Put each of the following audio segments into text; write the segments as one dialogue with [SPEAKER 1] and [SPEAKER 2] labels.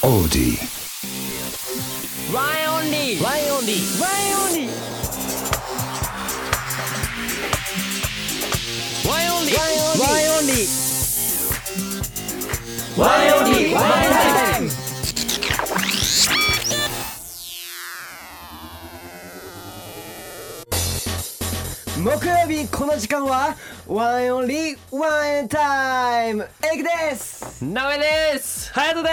[SPEAKER 1] オーディ
[SPEAKER 2] ワンオンリーワンオンリーワンオンリーワンオンリーワンオンリーワンオンリーワンオンリーワンタイム木曜日この時間はワンオンリーワンエンタイムエグです
[SPEAKER 3] なめですはやとで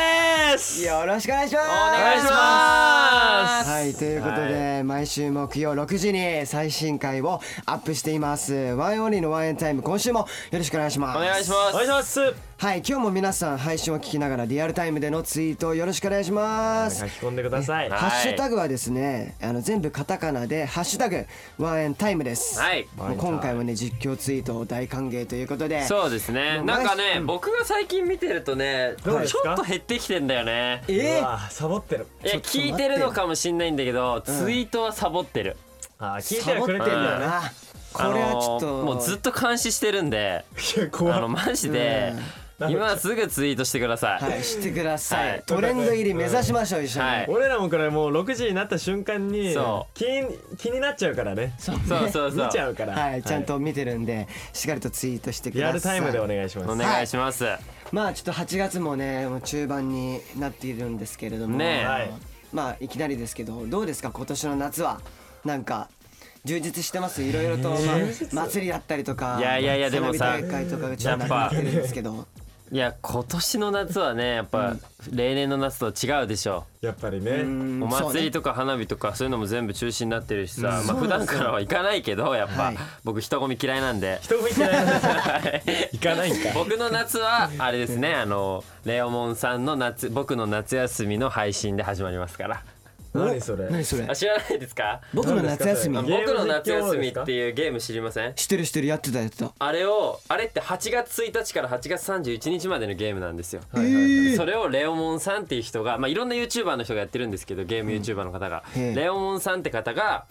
[SPEAKER 3] す
[SPEAKER 2] よろしくお願いしますお
[SPEAKER 3] 願いします
[SPEAKER 2] はいということで、毎週木曜6時に最新回をアップしていますワンオンリーのワンエンタイム今週もよろしくお願いします
[SPEAKER 3] お願いしますお願いします
[SPEAKER 2] はい今日も皆さん配信を聞きながらリアルタイムでのツイートをよろしくお願いします
[SPEAKER 3] 書き込んでください
[SPEAKER 2] ハッシュタ
[SPEAKER 3] グ
[SPEAKER 2] グはですねあの全部カタカナで「ハッシュタグワンエンタイム」です、
[SPEAKER 3] はい
[SPEAKER 2] もう今回はね実況ツイートを大歓迎ということで
[SPEAKER 3] そうですね
[SPEAKER 2] もう
[SPEAKER 3] な
[SPEAKER 2] 毎
[SPEAKER 3] んか
[SPEAKER 2] う
[SPEAKER 3] ね
[SPEAKER 2] ん
[SPEAKER 3] 僕が最近見てるとねち
[SPEAKER 4] ど
[SPEAKER 3] ょ
[SPEAKER 4] うですか
[SPEAKER 3] っと減ってきてんだよね
[SPEAKER 2] えー、
[SPEAKER 4] うわーサボってる
[SPEAKER 3] いや
[SPEAKER 2] ちょっと待って
[SPEAKER 3] 聞いてるのかもしんないんだけどツイートはサボってる
[SPEAKER 4] あー聞いて
[SPEAKER 2] サ
[SPEAKER 4] は
[SPEAKER 2] ボっ
[SPEAKER 4] く
[SPEAKER 2] て
[SPEAKER 4] れ
[SPEAKER 2] ん
[SPEAKER 4] て
[SPEAKER 2] だ
[SPEAKER 4] んだ
[SPEAKER 2] よ
[SPEAKER 4] よな、
[SPEAKER 2] なこれはちょっ
[SPEAKER 3] あ
[SPEAKER 2] と
[SPEAKER 3] のーもうずっと監視してるんで
[SPEAKER 4] いや
[SPEAKER 3] あ
[SPEAKER 4] 怖
[SPEAKER 3] の
[SPEAKER 4] い
[SPEAKER 3] マジで
[SPEAKER 4] うん
[SPEAKER 3] 今すぐツイートしてくださ
[SPEAKER 2] はいい、してください、
[SPEAKER 3] はい
[SPEAKER 2] トレンド入り目指しましょう一緒に、
[SPEAKER 3] はい
[SPEAKER 4] 俺らもこれもう6時になった瞬間に
[SPEAKER 3] そ
[SPEAKER 4] 気に気になっちゃうからね
[SPEAKER 3] そうそうそう
[SPEAKER 4] 見ちゃうから
[SPEAKER 2] はい、ちゃんと見てるんでしっかりとツイートしてく
[SPEAKER 4] リ
[SPEAKER 2] ださい
[SPEAKER 4] アルタイムでお願いします
[SPEAKER 3] お願いしますは
[SPEAKER 2] まあちょっと8月もねもう中盤になっているんですけれども、
[SPEAKER 3] ねえ
[SPEAKER 4] はい
[SPEAKER 2] まあいきなりですけどどうですか今年の夏はなんか充実してますいろいろと、まあ祭りだったりとか
[SPEAKER 3] いやいやいやでもさ
[SPEAKER 2] 花火大会とかがちょっとなくなってるんですけど
[SPEAKER 3] いや今年の夏はねやっぱ例年の夏と違うでしょ
[SPEAKER 4] やっぱりね、
[SPEAKER 2] うん
[SPEAKER 3] お
[SPEAKER 2] そうね
[SPEAKER 3] 祭りとか花火とかそういうのも全部中止になってるしさ、
[SPEAKER 2] うん
[SPEAKER 3] まあ
[SPEAKER 2] そう
[SPEAKER 3] 普
[SPEAKER 2] なん
[SPEAKER 3] 段
[SPEAKER 2] ですよ
[SPEAKER 3] からは行かないけどやっぱ、
[SPEAKER 2] はい
[SPEAKER 3] 僕人混み嫌いなんで
[SPEAKER 4] 人も行けない 行かないんか
[SPEAKER 3] 僕の夏はあれですねあのレオモンさんの夏僕の夏休みの配信で始まりますから
[SPEAKER 4] 何それ
[SPEAKER 2] 何それ
[SPEAKER 3] あ知らないですか
[SPEAKER 2] 僕の夏休み
[SPEAKER 4] 何
[SPEAKER 3] 僕
[SPEAKER 4] ですかゲーム
[SPEAKER 3] の夏休み
[SPEAKER 4] 実況ですか
[SPEAKER 3] っていうゲーム知りません
[SPEAKER 2] 知ってる知ってるやってたやってた
[SPEAKER 3] あれをあれって8月1日から8月31日までのゲームなんですよ、それをレオモンさんっていう人が、まあ、いろんな YouTuber の人がやってるんですけどゲーム YouTuber の方が、
[SPEAKER 2] へえ
[SPEAKER 3] レオモンさんって方が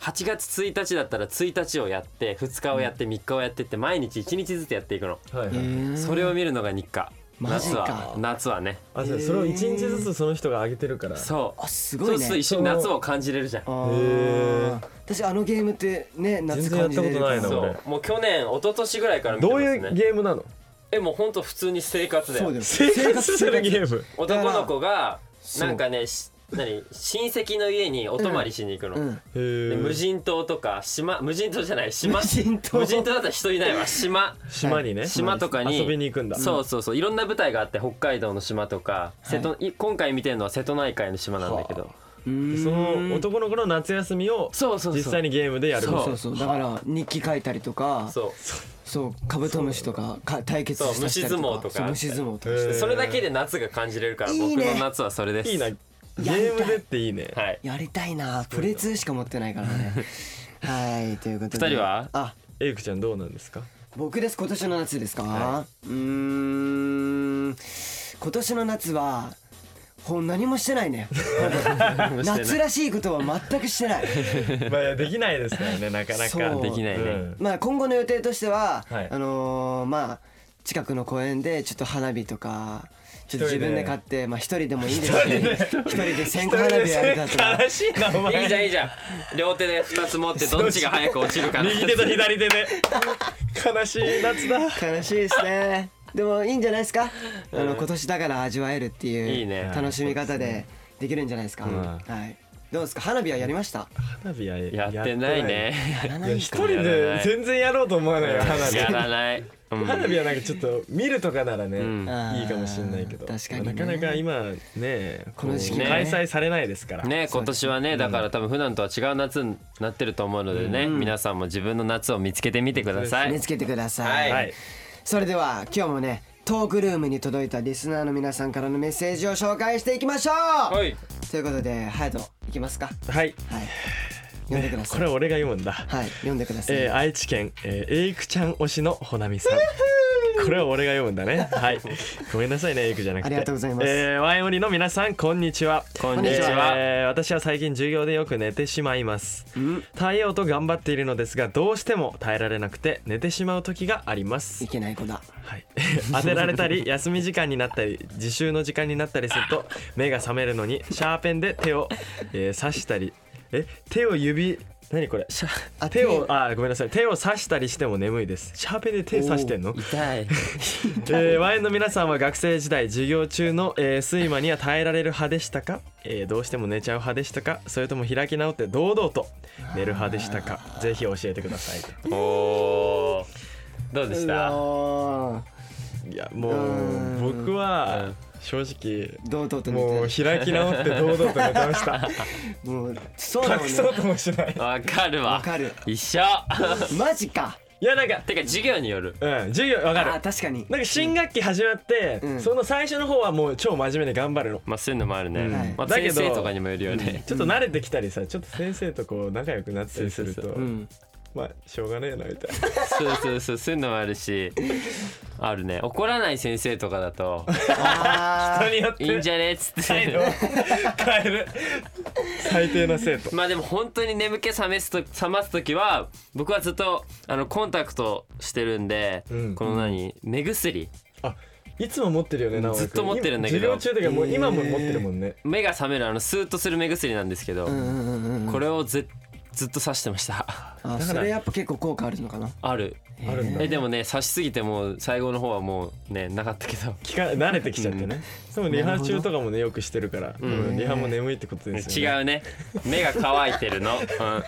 [SPEAKER 3] 8月1日だったら1日をやって2日をやって3日をやってって毎日1日ずつやっていくの、
[SPEAKER 4] はいはい、
[SPEAKER 3] それを見るのが日課
[SPEAKER 2] マジ
[SPEAKER 3] 夏
[SPEAKER 2] か
[SPEAKER 3] は夏はね
[SPEAKER 4] あそうそれを一日ずつその人が上げてるから
[SPEAKER 3] そう
[SPEAKER 2] あすごい
[SPEAKER 3] そう
[SPEAKER 2] ね
[SPEAKER 3] すると一緒に夏を感じれるじゃん
[SPEAKER 2] あー私あのゲームってね夏感
[SPEAKER 4] 全然やっ
[SPEAKER 2] じ
[SPEAKER 4] た
[SPEAKER 2] れ
[SPEAKER 4] こ
[SPEAKER 2] る
[SPEAKER 4] と
[SPEAKER 2] か
[SPEAKER 4] な
[SPEAKER 2] ら
[SPEAKER 4] いな
[SPEAKER 3] そ
[SPEAKER 4] 俺
[SPEAKER 3] うもう去年一昨年ぐらいから見て
[SPEAKER 4] ど
[SPEAKER 3] ま
[SPEAKER 4] う
[SPEAKER 3] す
[SPEAKER 4] い
[SPEAKER 3] ね
[SPEAKER 4] うゲームなの
[SPEAKER 3] えもうほんと普通に生活だよ
[SPEAKER 2] そうだよ
[SPEAKER 4] 生活するゲーム
[SPEAKER 3] 男の子が
[SPEAKER 2] そう
[SPEAKER 3] なんかねし何親戚の家にお泊まりしに行くの、
[SPEAKER 2] うん
[SPEAKER 4] へ
[SPEAKER 3] で無
[SPEAKER 4] ー
[SPEAKER 3] 人島とか島無人島じゃない島
[SPEAKER 2] 無人島
[SPEAKER 3] 無島だったら人いないわ島
[SPEAKER 4] 島にね
[SPEAKER 3] 島とかに
[SPEAKER 4] 遊びに行くんだ
[SPEAKER 3] そうそうそういろんな舞台があって北海道の島とか瀬戸、い今回見てるのは瀬戸内海の島なんだけど
[SPEAKER 4] でその男の子の夏休みを
[SPEAKER 3] そうそうそう
[SPEAKER 4] 実際にゲームでやる
[SPEAKER 3] そう
[SPEAKER 2] そうそうだから日記書いたりとか
[SPEAKER 3] そう
[SPEAKER 2] そうカブトムシとかか対決したしたりと
[SPEAKER 3] そう虫相撲とか
[SPEAKER 2] そう虫相撲とか
[SPEAKER 4] へー
[SPEAKER 3] それだけで夏が感じれるから
[SPEAKER 2] いいね
[SPEAKER 3] 僕の夏はそれです
[SPEAKER 4] いいな
[SPEAKER 3] は
[SPEAKER 4] ゲームでっていいね
[SPEAKER 3] い
[SPEAKER 2] やりたいなプレイ2しか持ってないから ねはいということで
[SPEAKER 3] 二人は
[SPEAKER 2] あ
[SPEAKER 4] エイクちゃんどうなんですか
[SPEAKER 2] 僕です今年の夏ですか、
[SPEAKER 4] は
[SPEAKER 2] うーん今年の夏はほん何もしてないね夏らしいことは全くして ない
[SPEAKER 4] まあできないですからねなかな
[SPEAKER 2] そう
[SPEAKER 4] か
[SPEAKER 3] できないね
[SPEAKER 4] うん
[SPEAKER 2] まあ今後の予定としては、
[SPEAKER 4] はい
[SPEAKER 2] あのーまあ近くの公園でちょっと花火とかちょっと自分で買ってまあ一人でもいいですし一人で線香花火やりたとか
[SPEAKER 4] 悲しいなお
[SPEAKER 3] いいじゃん
[SPEAKER 4] 前
[SPEAKER 3] いいじゃん両手で2つ持ってどっちが早く落ちるかな
[SPEAKER 4] 右手と左手で悲しい夏だ
[SPEAKER 2] 悲しいですねでもいいんじゃないですか、あの今年だから味わえるって
[SPEAKER 3] いい
[SPEAKER 2] い
[SPEAKER 3] ね
[SPEAKER 2] う楽しみ方でできるんじゃないですか、
[SPEAKER 4] ん
[SPEAKER 2] はいどうですか花火はやりました
[SPEAKER 4] 花火は
[SPEAKER 3] やってないね
[SPEAKER 2] やら
[SPEAKER 4] やっ
[SPEAKER 2] な
[SPEAKER 4] てない
[SPEAKER 2] い
[SPEAKER 4] 一
[SPEAKER 2] か
[SPEAKER 4] 人で全然やろうと思わないよ花火
[SPEAKER 3] やらない、うん
[SPEAKER 4] 花火はなんかちょっと見るとかならね、
[SPEAKER 3] ん
[SPEAKER 4] いいかもしれないけど
[SPEAKER 2] あー確かにね
[SPEAKER 4] なかなか今ね
[SPEAKER 2] この時期
[SPEAKER 4] こう
[SPEAKER 3] ね
[SPEAKER 4] 開催されないですから、
[SPEAKER 3] ね今年はねだから多分普段とは違う夏になってると思うのでね、皆さんも自分の夏を見つけてみてください、
[SPEAKER 2] 見つけてください、
[SPEAKER 4] はい
[SPEAKER 2] それでは今日もねトークルームに届いたリスナーの皆さんからのメッセージを紹介していきましょう、
[SPEAKER 3] はい
[SPEAKER 2] ということで隼人いきますか
[SPEAKER 4] はい
[SPEAKER 2] はい読んでくださ
[SPEAKER 4] こ
[SPEAKER 2] い、
[SPEAKER 4] れは俺が読むんだ
[SPEAKER 2] はい読んでください、
[SPEAKER 4] えー愛知県、えー、エイクちゃん推しのほなみさんこれは俺が読むんだね はいごめんなさいねゆくじゃなくて
[SPEAKER 2] ありがとうございます
[SPEAKER 4] えーワイオリの皆さんこんにちは
[SPEAKER 3] こんにちは
[SPEAKER 4] えー私は最近授業でよく寝てしまいます
[SPEAKER 2] うん
[SPEAKER 4] 耐えようと頑張っているのですがどうしても耐えられなくて寝てしまう時があります
[SPEAKER 2] いけない子だ
[SPEAKER 4] はい 当てられたり休み時間になったり自習の時間になったりすると目が覚めるのにシャーペンで手を、えー刺したりえ手を指何これシャ
[SPEAKER 2] あ
[SPEAKER 4] 手をあごめんなさい手を刺したりしても眠いですシャーペンで手刺してんの
[SPEAKER 3] 痛い
[SPEAKER 4] えー、ワインの皆さんは学生時代授業中の、えー睡魔には耐えられる派でしたか、えーどうしても寝ちゃう派でしたかそれとも開き直って堂々と寝る派でしたかぜひ教えてください
[SPEAKER 3] おーどうでし
[SPEAKER 2] うわ
[SPEAKER 3] た
[SPEAKER 2] ー
[SPEAKER 4] いやもう
[SPEAKER 2] うーん
[SPEAKER 4] 僕は正直
[SPEAKER 2] 堂々と
[SPEAKER 4] もう
[SPEAKER 2] 寝て
[SPEAKER 4] 開き直って堂々と寝てました
[SPEAKER 2] るもうそうだもん ね
[SPEAKER 4] 隠そうともしない
[SPEAKER 3] わかる
[SPEAKER 2] わ
[SPEAKER 3] わ
[SPEAKER 2] かる
[SPEAKER 3] 一緒
[SPEAKER 2] マジか
[SPEAKER 4] いやなんか
[SPEAKER 3] てか授業による
[SPEAKER 4] うん授業わかる
[SPEAKER 2] あー確かに
[SPEAKER 4] なんか新学期始まって、
[SPEAKER 2] うん
[SPEAKER 4] その最初の方はもう超真面目に頑張るの
[SPEAKER 3] まあそういうのもあるね、
[SPEAKER 4] うん
[SPEAKER 3] まあ、
[SPEAKER 4] だけ
[SPEAKER 3] 先
[SPEAKER 4] ど
[SPEAKER 3] 生とかにもよるよね、
[SPEAKER 4] ちょっと慣れてきたりさちょっと先生とこう仲良くなったりする
[SPEAKER 3] そう
[SPEAKER 4] と
[SPEAKER 2] うん
[SPEAKER 4] まあしょうがねえなみたいな
[SPEAKER 3] そうそうそうそういうのもあるしあるね怒らない先生とかだ と
[SPEAKER 2] あー
[SPEAKER 4] 人によっ
[SPEAKER 3] いいん
[SPEAKER 4] て
[SPEAKER 3] じゃねっつっ
[SPEAKER 4] 態
[SPEAKER 3] て
[SPEAKER 4] 度を変える最低な生 徒
[SPEAKER 3] まあでも本当に眠気覚めすと覚ます時は僕はずっとあのコンタクトしてるんで、
[SPEAKER 4] うん
[SPEAKER 3] この何目薬
[SPEAKER 4] あいつも持ってるよね直
[SPEAKER 3] ずっと持ってるんだけど
[SPEAKER 4] 授業中とかもう今も持ってるもんね
[SPEAKER 3] 目が覚めるあのスーッとする目薬なんですけど、
[SPEAKER 2] うんうんうんうん
[SPEAKER 3] これをずずっと刺してました
[SPEAKER 2] あそれやっぱ結構効果あるのかな
[SPEAKER 3] ある
[SPEAKER 4] あるんだ
[SPEAKER 3] えでもね刺しすぎてもう最後の方はもうねなかったけど
[SPEAKER 4] 聞か慣れてきちゃってねでもリハ中とかもねよくしてるから多分リハも眠いってことですよね
[SPEAKER 3] 違うね目が乾いてる の、うん、は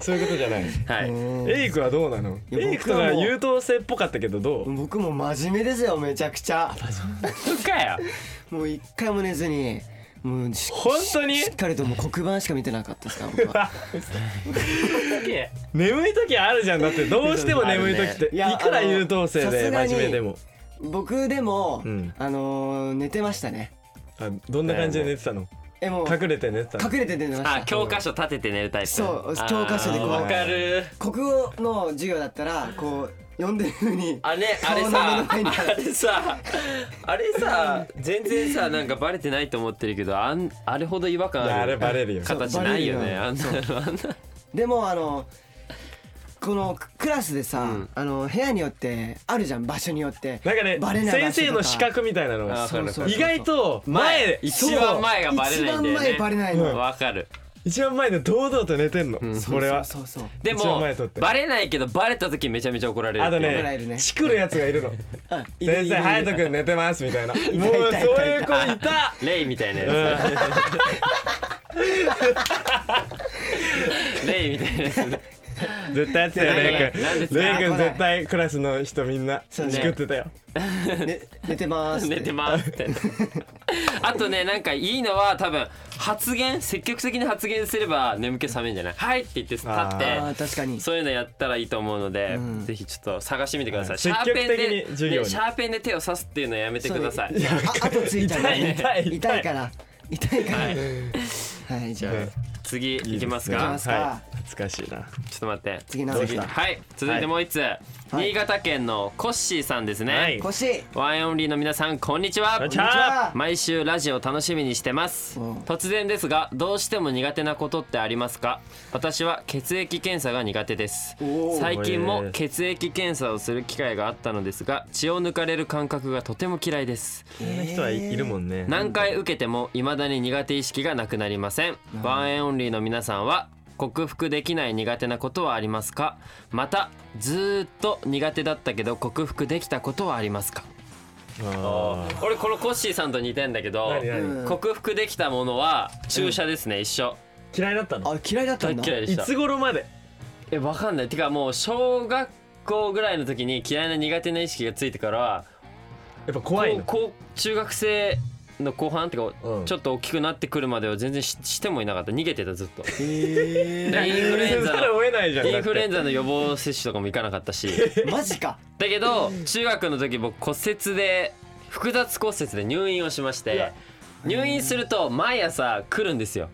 [SPEAKER 4] そういうことじゃない
[SPEAKER 3] い
[SPEAKER 4] エイクはどうなの
[SPEAKER 2] いや
[SPEAKER 4] エイクと
[SPEAKER 2] 僕は
[SPEAKER 4] か
[SPEAKER 2] もう
[SPEAKER 4] 優等生っぽかったけどどう
[SPEAKER 2] 僕も真面目ですよめちゃくちゃ
[SPEAKER 3] そっかよ
[SPEAKER 2] もう一回も寝ずにもうし
[SPEAKER 4] 本当に
[SPEAKER 2] しっかりともう黒板しか見てなかったですから僕 は
[SPEAKER 4] 眠い時あるじゃんだってどうしても眠い時っ
[SPEAKER 3] ある
[SPEAKER 4] て
[SPEAKER 2] ねいや
[SPEAKER 4] いくら優等生で
[SPEAKER 2] あの
[SPEAKER 4] 真面目でも
[SPEAKER 2] 僕でも、
[SPEAKER 4] うん
[SPEAKER 2] あのー寝てましたね
[SPEAKER 4] あどんな感じで寝てたの
[SPEAKER 2] えもう隠
[SPEAKER 4] 隠れて寝てたの
[SPEAKER 2] れて寝てました
[SPEAKER 3] あ教科書立てて寝るタイプ
[SPEAKER 2] そう
[SPEAKER 3] あー
[SPEAKER 2] 教科書でこう
[SPEAKER 3] わかる
[SPEAKER 2] 国語の授業だったらこう読んでるふうに
[SPEAKER 3] あれあれ
[SPEAKER 2] 顔
[SPEAKER 3] さ
[SPEAKER 2] の目の前にある
[SPEAKER 3] あれさあれさ全然さなんかバレてないと思ってるけどあんあれほど違和感
[SPEAKER 4] いや
[SPEAKER 3] あ
[SPEAKER 4] あれ
[SPEAKER 3] る
[SPEAKER 4] バレるよ
[SPEAKER 3] 形
[SPEAKER 2] そう
[SPEAKER 3] ないよねあ
[SPEAKER 2] バ
[SPEAKER 3] んなのあんな
[SPEAKER 2] でもあのこのククラスでさ、
[SPEAKER 3] うん
[SPEAKER 2] あの部屋によってあるじゃん場所によって
[SPEAKER 4] なんかね
[SPEAKER 2] バレない場所とか
[SPEAKER 4] 先生の資格みたいなの
[SPEAKER 3] あ
[SPEAKER 4] が
[SPEAKER 3] わかるわかる
[SPEAKER 4] 意外と前
[SPEAKER 3] 前一番前がバレないんだよね
[SPEAKER 2] 一番前バレないの
[SPEAKER 4] うん
[SPEAKER 3] わかる
[SPEAKER 4] 一番前で堂々と寝てんの、
[SPEAKER 3] ん
[SPEAKER 4] それは
[SPEAKER 2] そうそうそう
[SPEAKER 3] で
[SPEAKER 4] 一番
[SPEAKER 3] も
[SPEAKER 4] 前撮って
[SPEAKER 3] バレないけどバレた時めちゃめちゃ怒られる
[SPEAKER 4] あと
[SPEAKER 2] 怒られる
[SPEAKER 4] ね
[SPEAKER 2] ね
[SPEAKER 4] チクるやつがいるの
[SPEAKER 2] そうあいる
[SPEAKER 4] 先
[SPEAKER 2] い
[SPEAKER 4] 生
[SPEAKER 2] る
[SPEAKER 4] 隼人君寝てますみたいなもうそう
[SPEAKER 2] いたいた
[SPEAKER 4] いう子いた
[SPEAKER 3] レイみたいなやつ レイみたいなやつ
[SPEAKER 4] 絶対やってたよ
[SPEAKER 3] いやいや
[SPEAKER 4] レイ
[SPEAKER 3] なんですか
[SPEAKER 4] 君レイ君絶対クラスの人みんなチ
[SPEAKER 2] そうね
[SPEAKER 4] クってたよ
[SPEAKER 2] ね寝てます って
[SPEAKER 3] 寝てますってあとねなんかいいのは多分発言積極的に発言すれば眠気覚めんじゃないはいって言って立
[SPEAKER 4] あ
[SPEAKER 2] あ
[SPEAKER 3] っ
[SPEAKER 2] ー
[SPEAKER 3] て
[SPEAKER 2] 確かに
[SPEAKER 3] そういうのやったらいいと思うので、
[SPEAKER 2] ん
[SPEAKER 3] ぜひちょっと探してみてください。
[SPEAKER 4] はい積極的に授業に
[SPEAKER 3] ねシャーペンで手を刺すっていうのはやめてください。
[SPEAKER 2] そうああとついたらね
[SPEAKER 4] 痛い痛い
[SPEAKER 2] 痛いから痛いからはいじゃあ
[SPEAKER 4] うん
[SPEAKER 2] 行
[SPEAKER 3] 次いきます
[SPEAKER 4] いい
[SPEAKER 3] か
[SPEAKER 2] きますか
[SPEAKER 4] はい懐かしい
[SPEAKER 3] ちょ
[SPEAKER 4] な
[SPEAKER 3] っと待って。
[SPEAKER 2] 次何です
[SPEAKER 4] どう
[SPEAKER 2] か
[SPEAKER 3] はい、続いてもう一つ、
[SPEAKER 2] い
[SPEAKER 3] 新潟県のコッシーさんですね。
[SPEAKER 4] はい
[SPEAKER 2] 腰しい
[SPEAKER 3] ワインオンリーの皆さんこんにちは
[SPEAKER 4] こんにち
[SPEAKER 2] こんにちは
[SPEAKER 3] 毎週ラジオ楽しみにしてます
[SPEAKER 2] うん
[SPEAKER 3] 突然ですがどうしても苦手なことってありますか私は血液検査が苦手です
[SPEAKER 2] おー
[SPEAKER 3] 最近
[SPEAKER 4] へー
[SPEAKER 3] も血液検査をする機会があったのですが血を抜かれる感覚がとても嫌いです
[SPEAKER 4] そんな人はいいるもんね
[SPEAKER 3] 何回受けても未だに苦手意識がなくなりませんワンエンオンリーの皆さんは克服できない苦手なことはありますかまたずーっと苦手だったけど克服できたことはありますか
[SPEAKER 4] あ
[SPEAKER 3] 俺このコッシーさんと似てんだけど
[SPEAKER 4] 何何
[SPEAKER 2] うん
[SPEAKER 3] 克服できたものは注射ですね、一緒
[SPEAKER 4] ー嫌いだったの
[SPEAKER 2] あ嫌いだった
[SPEAKER 3] 大
[SPEAKER 2] ん
[SPEAKER 3] っ
[SPEAKER 2] だ
[SPEAKER 3] 嫌いで
[SPEAKER 4] い
[SPEAKER 3] した
[SPEAKER 4] つ頃まで
[SPEAKER 3] えわかんないてかもう小学校ぐらいの時に嫌いな苦手な意識がついてからは
[SPEAKER 4] やっぱ怖いの
[SPEAKER 3] 高校中学生の後半ってか、
[SPEAKER 4] うん
[SPEAKER 3] ちょっと大きくなってくるまでは全然ししてもいなかった逃げてたずっと
[SPEAKER 2] へ
[SPEAKER 3] インフルエンザ
[SPEAKER 4] せざるを得ないじゃん
[SPEAKER 3] インフルエ
[SPEAKER 4] ン
[SPEAKER 3] ンザの予防接種とかも行かなかった し
[SPEAKER 2] ーマジか
[SPEAKER 3] だけど中学の時僕骨折で複雑骨折で入院をしまし
[SPEAKER 4] う
[SPEAKER 3] て
[SPEAKER 4] わ
[SPEAKER 3] 入院すると毎朝来るんですよ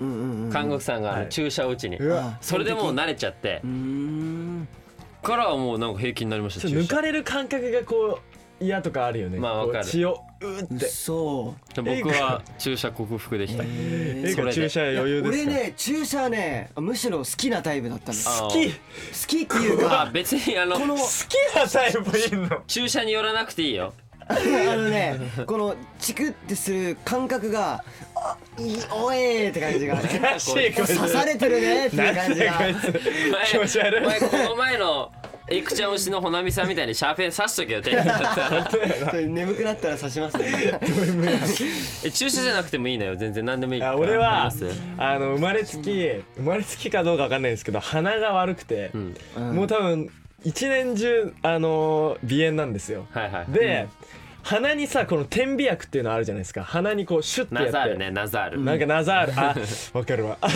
[SPEAKER 2] うんうんうん
[SPEAKER 3] 看護婦さんがあの
[SPEAKER 4] はい
[SPEAKER 3] 注射を打ちに、
[SPEAKER 4] うわ
[SPEAKER 3] それでもう慣れちゃって
[SPEAKER 2] うーん
[SPEAKER 3] からはもうなんか平気になりまし
[SPEAKER 4] ち
[SPEAKER 3] た
[SPEAKER 4] ょっ
[SPEAKER 3] 注射
[SPEAKER 4] と抜かれる感覚がこう嫌とかあるよね
[SPEAKER 3] まあわかる
[SPEAKER 4] こう血をうって
[SPEAKER 2] そ
[SPEAKER 3] 僕は注射克服でした
[SPEAKER 2] う。え
[SPEAKER 4] え
[SPEAKER 2] ー
[SPEAKER 3] それで
[SPEAKER 4] 注射
[SPEAKER 2] いや
[SPEAKER 4] 余裕です
[SPEAKER 2] 俺
[SPEAKER 4] か
[SPEAKER 2] ね注射ねむしろ好きなタイプだったんです
[SPEAKER 3] あ
[SPEAKER 2] 好
[SPEAKER 4] 好き
[SPEAKER 2] きっていう
[SPEAKER 3] まあ
[SPEAKER 2] か
[SPEAKER 3] 別にあの
[SPEAKER 2] この
[SPEAKER 4] 好きなタイプい んの
[SPEAKER 3] 注射によらなくていいよ。
[SPEAKER 2] あのね、このチクってする感覚が、あ、いい、おえーって感じが、ね、
[SPEAKER 4] らしいこい
[SPEAKER 2] 刺
[SPEAKER 4] つ
[SPEAKER 2] されてるねっていう感じが。
[SPEAKER 4] なんだよこいつ
[SPEAKER 3] 前
[SPEAKER 4] 気持ち悪い
[SPEAKER 3] 前この前のエクちゃん推しのほなみさんみたいにシャーペン刺しとけよ 手に
[SPEAKER 2] それ眠くなったら刺しますね。
[SPEAKER 3] え注射じゃなくてもいいのよ全然何でもいいから
[SPEAKER 4] あ俺
[SPEAKER 3] あ
[SPEAKER 4] は
[SPEAKER 3] ります
[SPEAKER 4] あの生まれつき生まれつきかどうかわかんないんですけど鼻が悪くて、
[SPEAKER 3] うん
[SPEAKER 4] もう多分一年中あのー鼻炎なんですよ
[SPEAKER 3] はいはい
[SPEAKER 4] で、鼻にさこの点鼻薬っていうのあるじゃないですか鼻にこうシュッてやっ
[SPEAKER 3] ナ
[SPEAKER 4] て
[SPEAKER 3] ザールねナザール
[SPEAKER 4] なんかナザールあ わかるわあ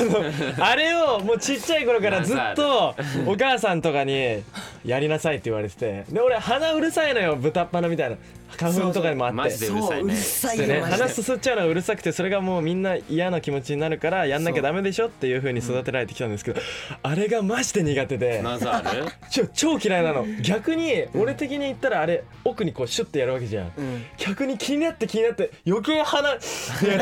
[SPEAKER 4] のあれをもうちっちゃい頃からずっとお母さんとかにやりなさいって言われててで俺鼻うるさいのよ豚っ鼻みたいな花粉とかにもあって
[SPEAKER 3] マジでうるさ
[SPEAKER 2] そ、
[SPEAKER 3] いう
[SPEAKER 2] う
[SPEAKER 3] ね
[SPEAKER 2] るさい
[SPEAKER 4] で
[SPEAKER 2] よ、
[SPEAKER 4] ね、
[SPEAKER 2] マジで
[SPEAKER 4] 鼻すすっちゃうのはうるさくてそれがもうみんな嫌な気持ちになるからやんなきゃダメでしょっていう風に育てられてきたんですけどあれがマジで苦手で
[SPEAKER 3] ナザール
[SPEAKER 4] ちょ超嫌いなの逆に俺的に言ったらあれ奥にこうシュッてやるわけじゃん
[SPEAKER 2] うん
[SPEAKER 4] 逆に気になって気になって余計鼻やっ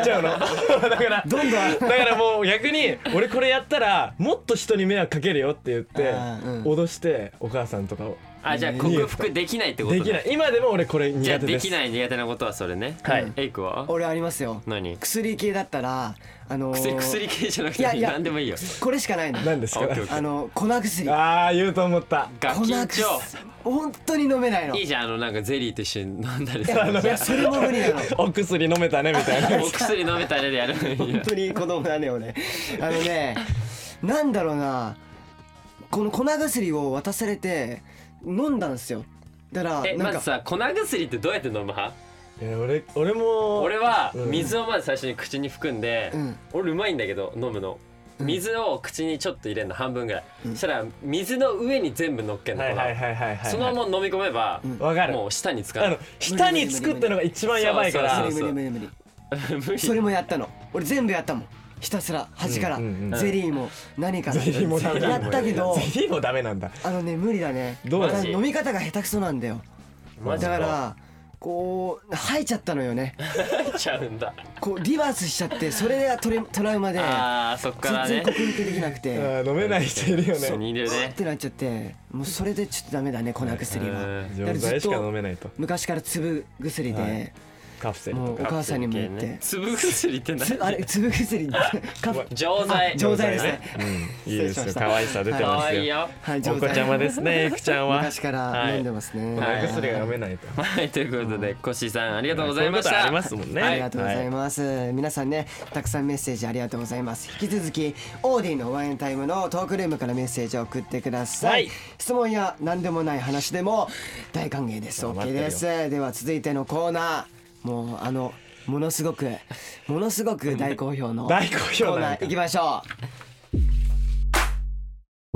[SPEAKER 4] ちゃうの だから
[SPEAKER 2] どんどん
[SPEAKER 4] だからもう逆に俺これやったらもっと人に迷惑かけるよって言って
[SPEAKER 2] あーうん
[SPEAKER 4] 脅してお母さんとかを
[SPEAKER 3] あじゃあ克服できないってこと
[SPEAKER 4] で
[SPEAKER 3] だ
[SPEAKER 4] きない今でも俺これ苦
[SPEAKER 3] じゃあ
[SPEAKER 4] 手
[SPEAKER 3] で
[SPEAKER 4] です
[SPEAKER 3] きない苦手なことはそれね
[SPEAKER 4] はい
[SPEAKER 3] エイクは
[SPEAKER 2] 俺ありますよ。
[SPEAKER 3] 何
[SPEAKER 2] 薬系だったら、あのー
[SPEAKER 3] 薬薬系じゃなくて
[SPEAKER 2] いやいや
[SPEAKER 3] 何でもいいよ
[SPEAKER 2] これしかないの。
[SPEAKER 4] 何です
[SPEAKER 3] あ
[SPEAKER 4] か
[SPEAKER 3] オッケーオッケー
[SPEAKER 2] あの、粉薬。
[SPEAKER 4] ああ言うと思った
[SPEAKER 3] ガ
[SPEAKER 2] 粉
[SPEAKER 3] キンチ
[SPEAKER 2] 薬。本当に飲めないの。
[SPEAKER 3] いい
[SPEAKER 2] い
[SPEAKER 3] じゃんあのなんかゼリーと一緒に飲んだり
[SPEAKER 2] や、い
[SPEAKER 3] さ
[SPEAKER 2] やそれも無理なの。
[SPEAKER 4] お薬飲めたねみたい な
[SPEAKER 3] お薬飲めたらやるのに
[SPEAKER 2] 本当に子供だね俺あのねなんだろうなこの粉薬を渡されて飲んだんですよだか
[SPEAKER 3] え
[SPEAKER 2] らな
[SPEAKER 3] ま
[SPEAKER 2] ん
[SPEAKER 3] ず
[SPEAKER 2] か、
[SPEAKER 3] さ粉薬ってどうやって飲む派
[SPEAKER 4] え俺俺も
[SPEAKER 3] 俺は
[SPEAKER 4] うん
[SPEAKER 3] 水をまず最初に口に含んで、
[SPEAKER 2] うん
[SPEAKER 3] 俺うまいんだけど飲むの
[SPEAKER 2] うん
[SPEAKER 3] 水を口にちょっと入れるの半分ぐらい、そしたら水の上に全部乗っけんの、
[SPEAKER 4] はいはい
[SPEAKER 3] 粉
[SPEAKER 4] はいはいはい
[SPEAKER 3] そのまま飲み込めば、
[SPEAKER 2] うん
[SPEAKER 4] わかる
[SPEAKER 3] もう舌につか
[SPEAKER 4] あ
[SPEAKER 3] ない
[SPEAKER 4] の舌につくってのが一番やばいから
[SPEAKER 3] そう
[SPEAKER 2] 無理無理無理 無
[SPEAKER 3] 無理
[SPEAKER 2] 理それもやったの俺全部やったもんひたすら端から、
[SPEAKER 4] うんうんうん
[SPEAKER 2] ゼリーも何から
[SPEAKER 4] ゼリーもダメ
[SPEAKER 2] や
[SPEAKER 4] なんだ
[SPEAKER 2] ったけど
[SPEAKER 4] ゼリーもダメなんだ
[SPEAKER 2] あのね無理だね
[SPEAKER 4] どうなの
[SPEAKER 2] だから飲み方が下手くそなんだよ
[SPEAKER 3] マ
[SPEAKER 2] だ
[SPEAKER 3] ジ
[SPEAKER 2] からこう吐いちゃったのよね
[SPEAKER 3] 入っちゃうんだ
[SPEAKER 2] こうリバースしちゃってそれでトレトラウマで
[SPEAKER 3] あーそっから
[SPEAKER 2] 全
[SPEAKER 3] ね
[SPEAKER 2] 然克服できなく
[SPEAKER 4] あ
[SPEAKER 2] て
[SPEAKER 4] ー飲めない人いるよ
[SPEAKER 3] 一緒
[SPEAKER 4] ね
[SPEAKER 3] にいる
[SPEAKER 2] っ
[SPEAKER 3] ね
[SPEAKER 2] てなっちゃってもうそれでちょっとダメだね粉薬は
[SPEAKER 3] うん
[SPEAKER 2] だから
[SPEAKER 4] 錠
[SPEAKER 2] ずっ
[SPEAKER 4] 剤しか飲
[SPEAKER 2] と
[SPEAKER 4] めないと
[SPEAKER 2] 昔から粒薬
[SPEAKER 4] は
[SPEAKER 2] で
[SPEAKER 4] いカプセル
[SPEAKER 2] も
[SPEAKER 4] と
[SPEAKER 2] うお
[SPEAKER 4] か
[SPEAKER 2] 母さんにも言っ
[SPEAKER 3] ね
[SPEAKER 2] て
[SPEAKER 3] 粒薬って
[SPEAKER 2] つあれ
[SPEAKER 3] 何
[SPEAKER 2] 粒薬 カップ
[SPEAKER 3] 錠剤
[SPEAKER 2] あ錠剤ですね
[SPEAKER 4] うんいいで
[SPEAKER 2] 失礼し
[SPEAKER 4] す
[SPEAKER 2] ま
[SPEAKER 4] よ
[SPEAKER 2] した
[SPEAKER 4] 可愛さ出て
[SPEAKER 3] か
[SPEAKER 4] ま
[SPEAKER 3] わい
[SPEAKER 4] す
[SPEAKER 3] い
[SPEAKER 4] よ
[SPEAKER 3] よ
[SPEAKER 2] はい
[SPEAKER 4] お
[SPEAKER 2] 錠
[SPEAKER 4] 子ちゃま
[SPEAKER 2] 剤
[SPEAKER 4] ですねエクちゃんは
[SPEAKER 2] 昔から飲んでますね
[SPEAKER 4] お
[SPEAKER 3] はい
[SPEAKER 2] はい
[SPEAKER 4] 薬が飲めないと
[SPEAKER 3] はいということでコッシーさんありがとうございまし
[SPEAKER 4] そういうこと
[SPEAKER 3] た
[SPEAKER 4] ありますもんね
[SPEAKER 2] ありがとうございます皆さんねたくさんメッセージありがとうございます引き続きオーディのワインタイムのトークルームからメッセージを送ってください
[SPEAKER 4] はい
[SPEAKER 2] 質問や何でもない話でも大歓迎です
[SPEAKER 4] 待
[SPEAKER 2] OK
[SPEAKER 4] ってるよ
[SPEAKER 2] ですでは続いてのコーナーもうあのものすごくものすごく大好評の
[SPEAKER 4] 大好評
[SPEAKER 2] コー
[SPEAKER 4] な
[SPEAKER 2] ナ
[SPEAKER 4] んだ
[SPEAKER 2] ーいきましょ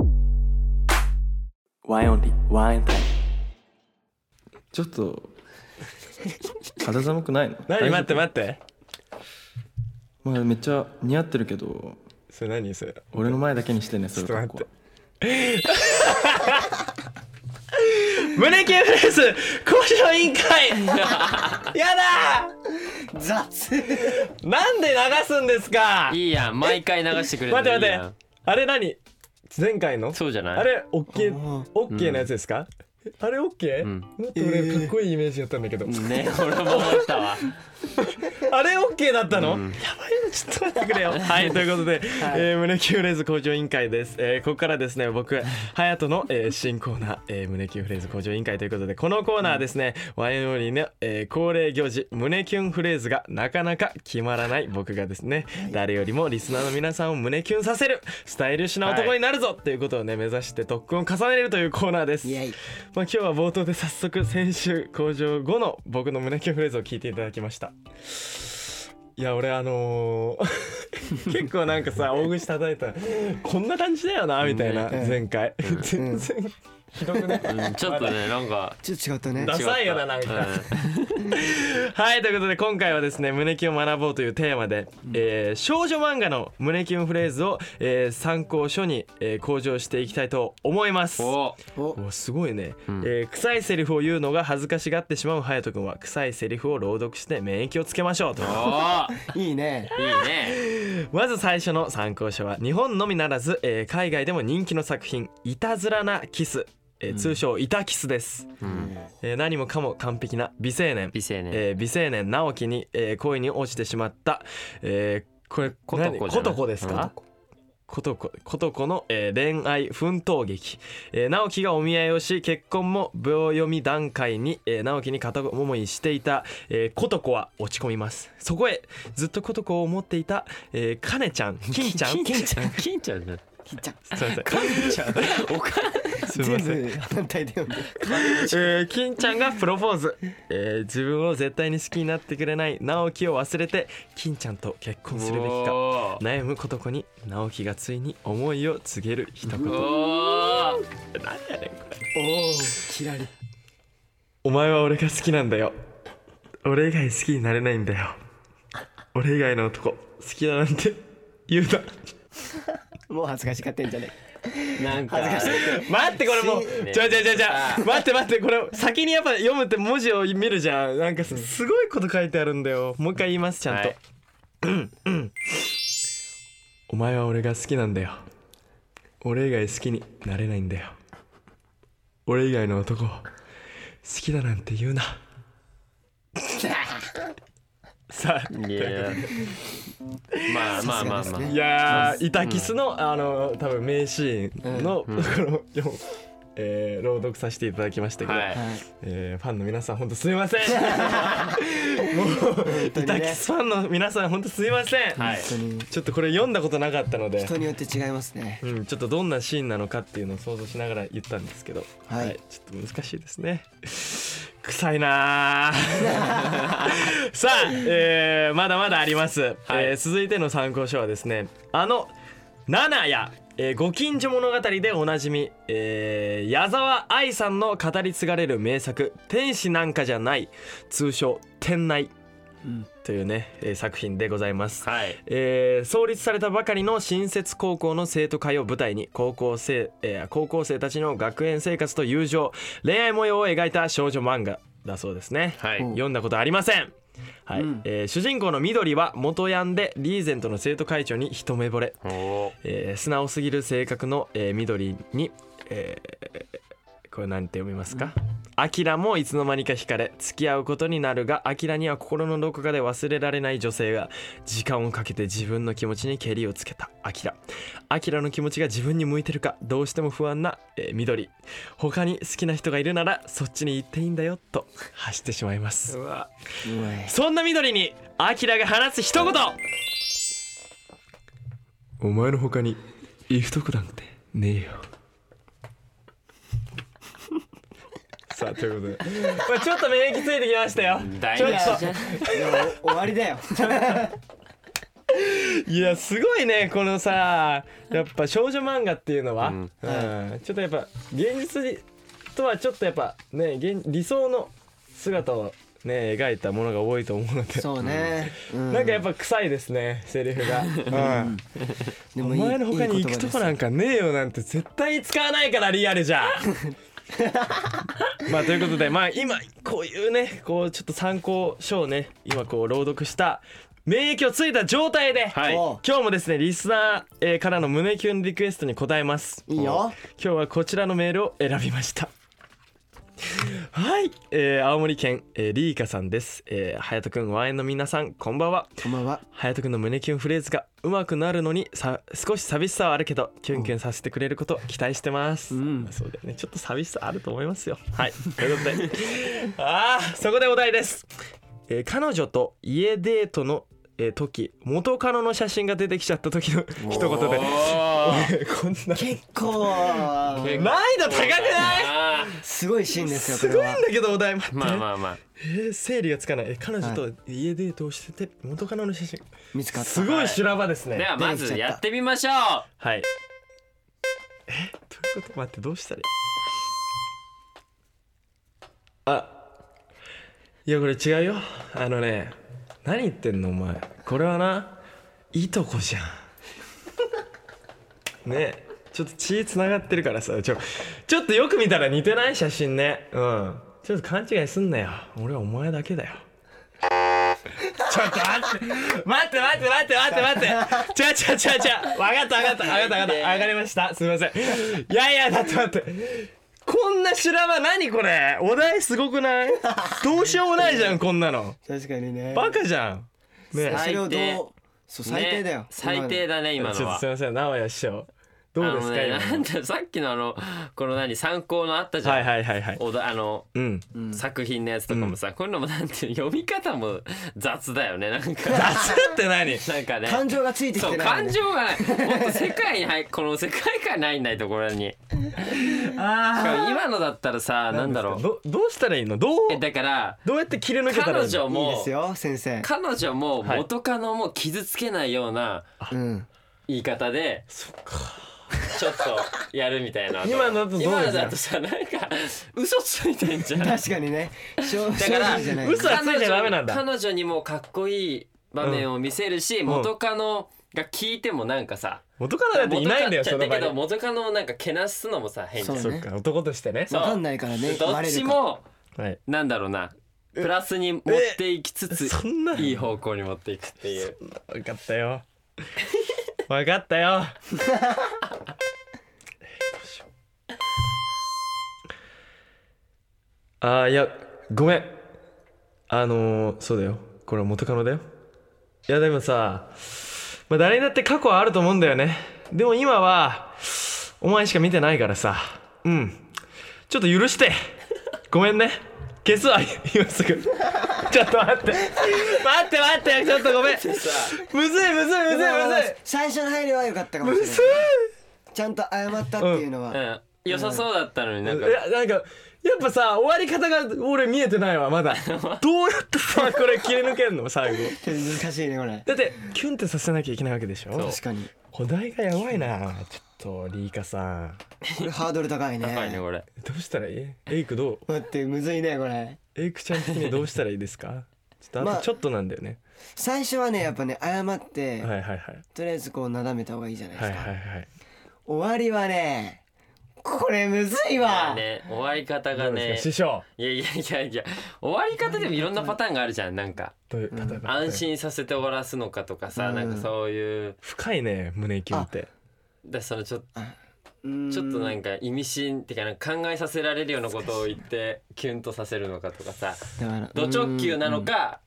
[SPEAKER 2] う
[SPEAKER 1] ワインオンリー、ワインタイム。ちょっと、肌寒くないの
[SPEAKER 4] 何待って待って
[SPEAKER 1] まあ、めっちゃ似合ってるけど、
[SPEAKER 4] それ何それ
[SPEAKER 1] 俺の前だけにしてね、それ格好
[SPEAKER 4] ちょっと待って胸キュンフレーズ交渉委員会やだ
[SPEAKER 2] 雑
[SPEAKER 4] ーなんで流すんですか
[SPEAKER 3] いいやん毎回流してくれる
[SPEAKER 4] 待って
[SPEAKER 3] のいい
[SPEAKER 4] 待っ
[SPEAKER 3] やん
[SPEAKER 4] てあれ何前回の
[SPEAKER 3] そうじゃない
[SPEAKER 4] あれオッケー
[SPEAKER 2] あ
[SPEAKER 4] オッケーのやつですか、あれオッケー、
[SPEAKER 3] ん
[SPEAKER 4] もっと俺かっこいいイメージだったんだけど、
[SPEAKER 3] ね俺も思った わ
[SPEAKER 4] あれオッケーだったの、やばいのちょっと待って くれよはいということで、えー胸キュンフレーズ向上委員会です、えーここからですね僕隼人の、えー新コーナー、えー胸キュンフレーズ向上委員会ということでこのコーナーですね、ワインオンリーの、えー恒例行事胸キュンフレーズがなかなか決まらない僕がですね、誰よりもリスナーの皆さんを胸キュンさせるスタイリッシュな男になるぞ、っていうことをね目指して特訓を重ねるというコーナーです
[SPEAKER 2] イエイ
[SPEAKER 4] まあ、今日は冒頭で早速先週向上後の僕の胸キュンフレーズを聞いていただきましたいや俺あの ー結構なんかさ大口叩いたこんな感じだよなみたいな前回全然
[SPEAKER 5] ひどくね
[SPEAKER 3] うんちょっとねなんか
[SPEAKER 2] ちょっと違ったね
[SPEAKER 5] だダサいよななんか
[SPEAKER 3] うん
[SPEAKER 4] はいということで今回はですね「胸キュンを学ぼう」というテーマで、えー少女漫画の胸キュンフレーズを、えー参考書に、えー向上していきたいと思います。
[SPEAKER 3] お
[SPEAKER 2] お
[SPEAKER 4] おすごいね、
[SPEAKER 3] ん
[SPEAKER 4] えー臭いセリフを言うのが恥ずかしがってしまう隼人君は臭いセリフを朗読して免疫をつけましょうと
[SPEAKER 3] お
[SPEAKER 2] いいね
[SPEAKER 3] いいね
[SPEAKER 4] まず最初の参考書は日本のみならず、えー海外でも人気の作品「いたずらなキス」えー通称「いたキス」です、えー何もかも完璧な美青年
[SPEAKER 3] 美青年
[SPEAKER 4] えー美青年直樹に、えー恋に落ちてしまった、えーこれ
[SPEAKER 3] ことこじゃない
[SPEAKER 4] 何ことこですか、ことこことこの、えー恋愛奮闘劇、えー直樹がお見合いをし結婚も秒読み段階に、えー直樹に片思いしていた、えーことこは落ち込みますそこへずっとことこを思っていた、えーかねち ゃん金ちゃん
[SPEAKER 3] 金ちゃん金ちゃんね
[SPEAKER 2] きっちゃ
[SPEAKER 4] すいません すいま
[SPEAKER 2] 全
[SPEAKER 4] せん
[SPEAKER 2] 部反対で読んで
[SPEAKER 4] えー金ちゃんがプロポーズ、えー自分を絶対に好きになってくれない直樹を忘れて金ちゃんと結婚するべきか
[SPEAKER 3] おー
[SPEAKER 4] 悩むことこに直樹がついに思いを告げる一言
[SPEAKER 3] お
[SPEAKER 4] 何
[SPEAKER 3] ー
[SPEAKER 4] やねんこれ
[SPEAKER 2] おおキラリ
[SPEAKER 4] お前は俺が好きなんだよ俺以外好きになれないんだよ俺以外の男好きだなんて言うな
[SPEAKER 2] もう恥ずかしがってんじゃね
[SPEAKER 3] なんか
[SPEAKER 2] 恥ずかしい
[SPEAKER 4] 待ってこれもう
[SPEAKER 3] ね
[SPEAKER 4] じゃじゃじゃじゃ待って待ってこれ先にやっぱ読むって文字を見るじゃんなんかすすごいこと書いてあるんだよもう一回言いますちゃんと、
[SPEAKER 3] はい
[SPEAKER 4] お前は俺が好きなんだよ俺以外好きになれないんだよ俺以外の男を好きだなんて言うなさあ
[SPEAKER 3] いやまあまあまあまあ
[SPEAKER 4] いやー、イタキスの、あの多分名シーンのところを、えー朗読させていただきましたけど、
[SPEAKER 3] はい
[SPEAKER 4] えーファンの皆さん本当すいませんもう、イ
[SPEAKER 2] 当にね
[SPEAKER 4] タキスファンの皆さん本当すいません、
[SPEAKER 3] はい
[SPEAKER 2] 本当に
[SPEAKER 4] ちょっとこれ読んだことなかったので
[SPEAKER 2] 人、によって違いますね
[SPEAKER 4] うん、ちょっとどんなシーンなのかっていうのを想像しながら言ったんですけど、
[SPEAKER 2] はい
[SPEAKER 4] ちょっと難しいですね 臭いなあ さあ、えーまだまだあります、えー続いての参考書はですねあの「ナナや」えーご近所物語でおなじみ、えー矢沢愛さんの語り継がれる名作「天使なんかじゃない」通称「天内」というね、えー作品でございます、
[SPEAKER 3] はい
[SPEAKER 4] えー創立されたばかりの新設高校の生徒会を舞台に高校生、えー高校生たちの学園生活と友情恋愛模様を描いた少女漫画だそうですね、
[SPEAKER 3] はい
[SPEAKER 4] 読んだことありませんはい、えー主人公の緑は元ヤンでリーゼントの生徒会長に一目惚れ、
[SPEAKER 3] おお
[SPEAKER 4] えー素直すぎる性格の、えー緑に、えーこれなんて読みますか、アキラもいつの間にか惹かれ付き合うことになるがアキラには心のどこかで忘れられない女性が時間をかけて自分の気持ちにケリをつけたアキラアキラの気持ちが自分に向いてるかどうしても不安な、えー緑他に好きな人がいるならそっちに行っていいんだよと走ってしまいます
[SPEAKER 2] うまい
[SPEAKER 4] そんな緑にアキラが放つ一言お前の他にいいとこなんてねえよ さあということで、まあ、ちょっと免疫ついてきましたよ
[SPEAKER 3] 大
[SPEAKER 4] ちょ
[SPEAKER 3] 丈
[SPEAKER 4] っと
[SPEAKER 2] いやお終わりだよ
[SPEAKER 4] いやすごいねこのさやっぱ少女漫画っていうのは、うんちょっとやっぱ現実にとはちょっとやっぱね現理想の姿をね描いたものが多いと思うので
[SPEAKER 2] そうね、うん
[SPEAKER 4] なんかやっぱ臭いですねセリフが、うん、
[SPEAKER 2] で
[SPEAKER 4] お
[SPEAKER 2] もいい
[SPEAKER 4] 前の他に行くとこなんかねえよなんて絶対使わないからリアル じゃんまあということでまあ今こういうねこうちょっと参考書をね今こう朗読した免疫をついた状態で、
[SPEAKER 3] はい
[SPEAKER 4] 今日もですねリスナーえーからの胸キュンリクエストに答えます
[SPEAKER 2] いいよ
[SPEAKER 4] 今日はこちらのメールを選びましたはい、えー青森県、えーリーカさんです、えー、隼人くんワンエンの皆さんこんばんは
[SPEAKER 2] こんばんは
[SPEAKER 4] 隼人君の胸キュンフレーズが上手くなるのにさ少し寂しさはあるけどキュンキュンさせてくれること期待してます、まあそうだよねちょっと寂しさあると思いますよ はいということで あーそこでお題です、えー彼女と家デートの、えー時元カノの写真が出てきちゃった時の一 言でこんな
[SPEAKER 2] 結構
[SPEAKER 4] 難易度高くない
[SPEAKER 3] あ
[SPEAKER 2] すごいシーンですよ
[SPEAKER 4] す
[SPEAKER 2] こ
[SPEAKER 4] ご
[SPEAKER 2] れ
[SPEAKER 4] いん
[SPEAKER 2] は
[SPEAKER 4] だけどお題待っ
[SPEAKER 3] ー
[SPEAKER 4] て、
[SPEAKER 3] まあまあ まあ
[SPEAKER 4] えー整理がつかないえー彼女と家デートをしてて元カノの写真
[SPEAKER 2] 見つかった
[SPEAKER 4] すごい修羅場ですね、
[SPEAKER 3] ではまずやってみましょう
[SPEAKER 4] はい。え、どういうこと待って、どうしたらいいあいやこれ違うよあのね何言ってんのお前これはないとこじゃん ねえちょっと血つながってるからさちょちょっとよく見たら似てない写真ねうんちょっと勘違いすんなよ俺はお前だけだよちょっと待って待って待って待って待って待ってちゃちゃちゃちゃ分かった分かった分かった分かった分かりましたすいませんいやいやだって待ってこんな修羅場何これお題すごくないどうしようもないじゃんこんなの
[SPEAKER 2] 確かにね
[SPEAKER 4] バカじゃんね
[SPEAKER 2] それを
[SPEAKER 3] 最
[SPEAKER 2] ど
[SPEAKER 3] 低
[SPEAKER 2] うそう最低だよ、
[SPEAKER 3] ね最低だね
[SPEAKER 4] ちょ
[SPEAKER 3] 今
[SPEAKER 4] っと
[SPEAKER 3] のは
[SPEAKER 4] すいません名古屋師匠どうですか、
[SPEAKER 3] あのね なん
[SPEAKER 4] 今
[SPEAKER 3] ださっきのあのこの何参考のあったじゃん、
[SPEAKER 4] はいはいはいはい
[SPEAKER 3] おだあの
[SPEAKER 4] うん
[SPEAKER 3] 作品のやつとかもさ、こういうのもなんていう読み方も雑だよねなんか
[SPEAKER 4] 雑って何
[SPEAKER 3] なんかね
[SPEAKER 2] 感情がついてき
[SPEAKER 3] そう
[SPEAKER 2] てない、
[SPEAKER 3] 感
[SPEAKER 2] ね、
[SPEAKER 3] 情がないもっと世界に入この世界観ないんだいところにしかも今のだったらさ なんだろう
[SPEAKER 4] どどうしたらいいのどう
[SPEAKER 3] えだから
[SPEAKER 4] どうやって切り抜けたらい
[SPEAKER 3] 彼
[SPEAKER 4] い
[SPEAKER 3] 女
[SPEAKER 4] の
[SPEAKER 2] いい
[SPEAKER 3] も
[SPEAKER 2] ですよ先生
[SPEAKER 3] 彼女も元カノも傷つけないような
[SPEAKER 2] うん
[SPEAKER 3] 言い方で
[SPEAKER 4] そっか
[SPEAKER 3] ちょっとやるみたいな
[SPEAKER 4] 今のだとどう
[SPEAKER 3] 今
[SPEAKER 4] な
[SPEAKER 3] の
[SPEAKER 4] んだ
[SPEAKER 3] だとさなんか嘘ついてんじゃん
[SPEAKER 2] 確かにね正
[SPEAKER 3] だから
[SPEAKER 2] 正直じゃない
[SPEAKER 4] 嘘はついちゃダメなんだ
[SPEAKER 3] 彼女にもかっこいい場面を見せるし、
[SPEAKER 4] ん
[SPEAKER 3] 元カノが聞いてもなんかさ
[SPEAKER 4] 元カノだっていないんだよその
[SPEAKER 3] だ
[SPEAKER 4] 場
[SPEAKER 3] けど
[SPEAKER 4] に
[SPEAKER 3] 元カノをなんかけなすのもさ変じゃん
[SPEAKER 2] そ
[SPEAKER 4] そっか男としてね
[SPEAKER 3] そう
[SPEAKER 2] わかんないからね
[SPEAKER 3] どっちも
[SPEAKER 4] はい
[SPEAKER 3] なんだろうなプラスに持っていきつつ
[SPEAKER 4] そんない
[SPEAKER 3] い方向に持っていくっていう
[SPEAKER 4] 分かったよ分かったよえーどうしよう あーいやごめんあのー、そうだよこれは元カノだよいやでもさ、まあ、誰にだって過去はあると思うんだよねでも今はお前しか見てないからさうんちょっと許してごめんね消すわ今すぐちょっと待って待って待ってちょっとごめん
[SPEAKER 3] さ
[SPEAKER 4] むずいむずいむずいむずい
[SPEAKER 2] 最初の入りは良かったかもしれないちゃんと謝ったっていうのは、
[SPEAKER 3] うん良さそうだったのになんか
[SPEAKER 4] いやなんかやっぱさ終わり方が俺見えてない わまだどうやってさこれ切り抜けんの最後
[SPEAKER 2] 難しいねこれ
[SPEAKER 4] だってキュンってさせなきゃいけないわけでしょ
[SPEAKER 2] 確かに
[SPEAKER 4] お題がやばいなちょっとリーカさん
[SPEAKER 2] これハードル高いね
[SPEAKER 3] 高いねこれ
[SPEAKER 4] どうしたらいいエイクどう
[SPEAKER 2] 待ってむずいねこれ
[SPEAKER 4] エイクちゃん的にどうしたらいいで すかちょっとあ
[SPEAKER 2] ま
[SPEAKER 4] と
[SPEAKER 2] あ
[SPEAKER 4] ちょっとなんだよね、
[SPEAKER 2] 最初はねやっぱね謝って、
[SPEAKER 4] はいはいはい
[SPEAKER 2] とりあえずこうなだめた方がいいじゃないで
[SPEAKER 4] は
[SPEAKER 2] す
[SPEAKER 4] い
[SPEAKER 2] か、
[SPEAKER 4] はいはい
[SPEAKER 2] 終わりはねこれむずい
[SPEAKER 3] まあ
[SPEAKER 2] わ、
[SPEAKER 3] ね終わり方
[SPEAKER 4] ど
[SPEAKER 3] が
[SPEAKER 4] うで
[SPEAKER 3] ね
[SPEAKER 4] すか師匠
[SPEAKER 3] いやいやいやいや終わり方でもいろんなパターンがあるじゃんなんか
[SPEAKER 4] どういう例えば、
[SPEAKER 3] 安心させて終わらすのかとかさ、
[SPEAKER 2] うん
[SPEAKER 3] なんかそういう
[SPEAKER 4] 深いね胸キュンって
[SPEAKER 3] だそのちょっと
[SPEAKER 2] うーん
[SPEAKER 3] ちょっとなんか意味深っていうかなんか考えさせられるようなことを言ってキュンとさせるのかとかさ
[SPEAKER 2] だから
[SPEAKER 3] ド直球なのか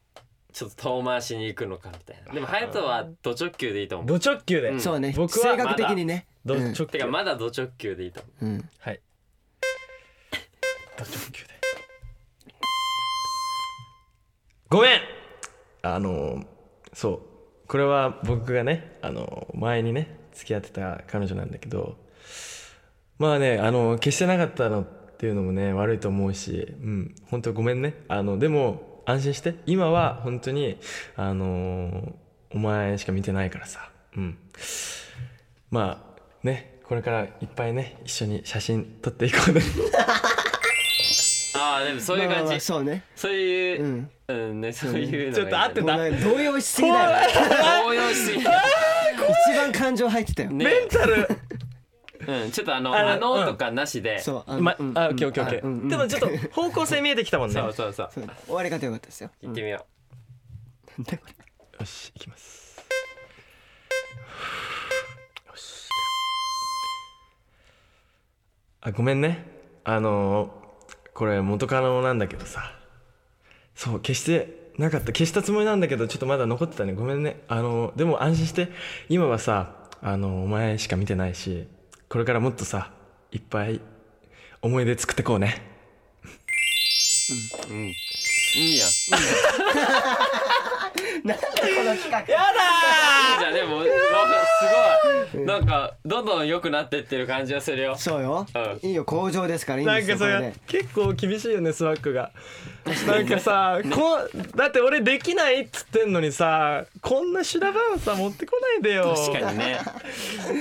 [SPEAKER 3] ちょっと遠回しに行くのかみたいなでも隼人はド直球でいいと思う
[SPEAKER 4] ド直球で、
[SPEAKER 3] うん
[SPEAKER 2] そうね
[SPEAKER 4] 僕は
[SPEAKER 2] 性格的にね
[SPEAKER 4] ド
[SPEAKER 2] うん
[SPEAKER 4] 直球、
[SPEAKER 3] てかまだド直球でいいと思
[SPEAKER 2] うん
[SPEAKER 4] はい。で。ごめん。あのそうこれは僕がねあの前にね付き合ってた彼女なんだけど、まあねあの決してなかったのっていうのもね悪いと思うし、うん本当ごめんね。あのでも安心して今は本当にあのお前しか見てないからさ、うん。まあねこれからいっぱいね一緒に写真撮っていこうね
[SPEAKER 3] うああでもそういう
[SPEAKER 2] まあ
[SPEAKER 3] 感
[SPEAKER 2] まあまあ
[SPEAKER 3] じ
[SPEAKER 2] そう ね
[SPEAKER 3] そういう
[SPEAKER 2] う
[SPEAKER 3] うん
[SPEAKER 2] ん
[SPEAKER 3] うんねそういうの
[SPEAKER 4] ちょっと合って
[SPEAKER 2] ご
[SPEAKER 4] た
[SPEAKER 2] めん動揺しすぎ だよ
[SPEAKER 3] た応用しすぎた
[SPEAKER 2] 一番感情入ってたよ
[SPEAKER 3] ね
[SPEAKER 4] メンタル
[SPEAKER 3] うんちょっとあの
[SPEAKER 4] あの
[SPEAKER 3] あのとかなしでそ
[SPEAKER 2] そううあの
[SPEAKER 4] ま
[SPEAKER 2] うん
[SPEAKER 4] あオッケーオッケーオッケ
[SPEAKER 2] あうんう
[SPEAKER 4] ー
[SPEAKER 2] ん
[SPEAKER 4] でもちょっと方向性見えてきたもんねよ
[SPEAKER 3] そうそう
[SPEAKER 2] そう終わり方良かった ですよ
[SPEAKER 3] 行ってみよ
[SPEAKER 4] し行きますよしあごめんねあのこれ元カノなんだけどさそう消してなかった消したつもりなんだけどちょっとまだ残ってたねごめんねあのでも安心して今はさあのお前しか見てないしこれからもっとさいっぱい思い出作ってこうね
[SPEAKER 3] ううんいいやん
[SPEAKER 2] なんでこの企画
[SPEAKER 3] じゃあでもなんかすごいなんかどんどん良くなってってる感じがするよ
[SPEAKER 2] そうよ
[SPEAKER 3] う
[SPEAKER 2] いいよ工場ですからいいん
[SPEAKER 4] な
[SPEAKER 2] で
[SPEAKER 4] ん
[SPEAKER 2] すよこ
[SPEAKER 4] かそ
[SPEAKER 2] れ
[SPEAKER 4] れ
[SPEAKER 2] で
[SPEAKER 4] 結構厳しいよねスワックがなんかさこうだって俺できないっつってんのにさこんな修羅場をさ持ってこないでよ
[SPEAKER 3] 確かにね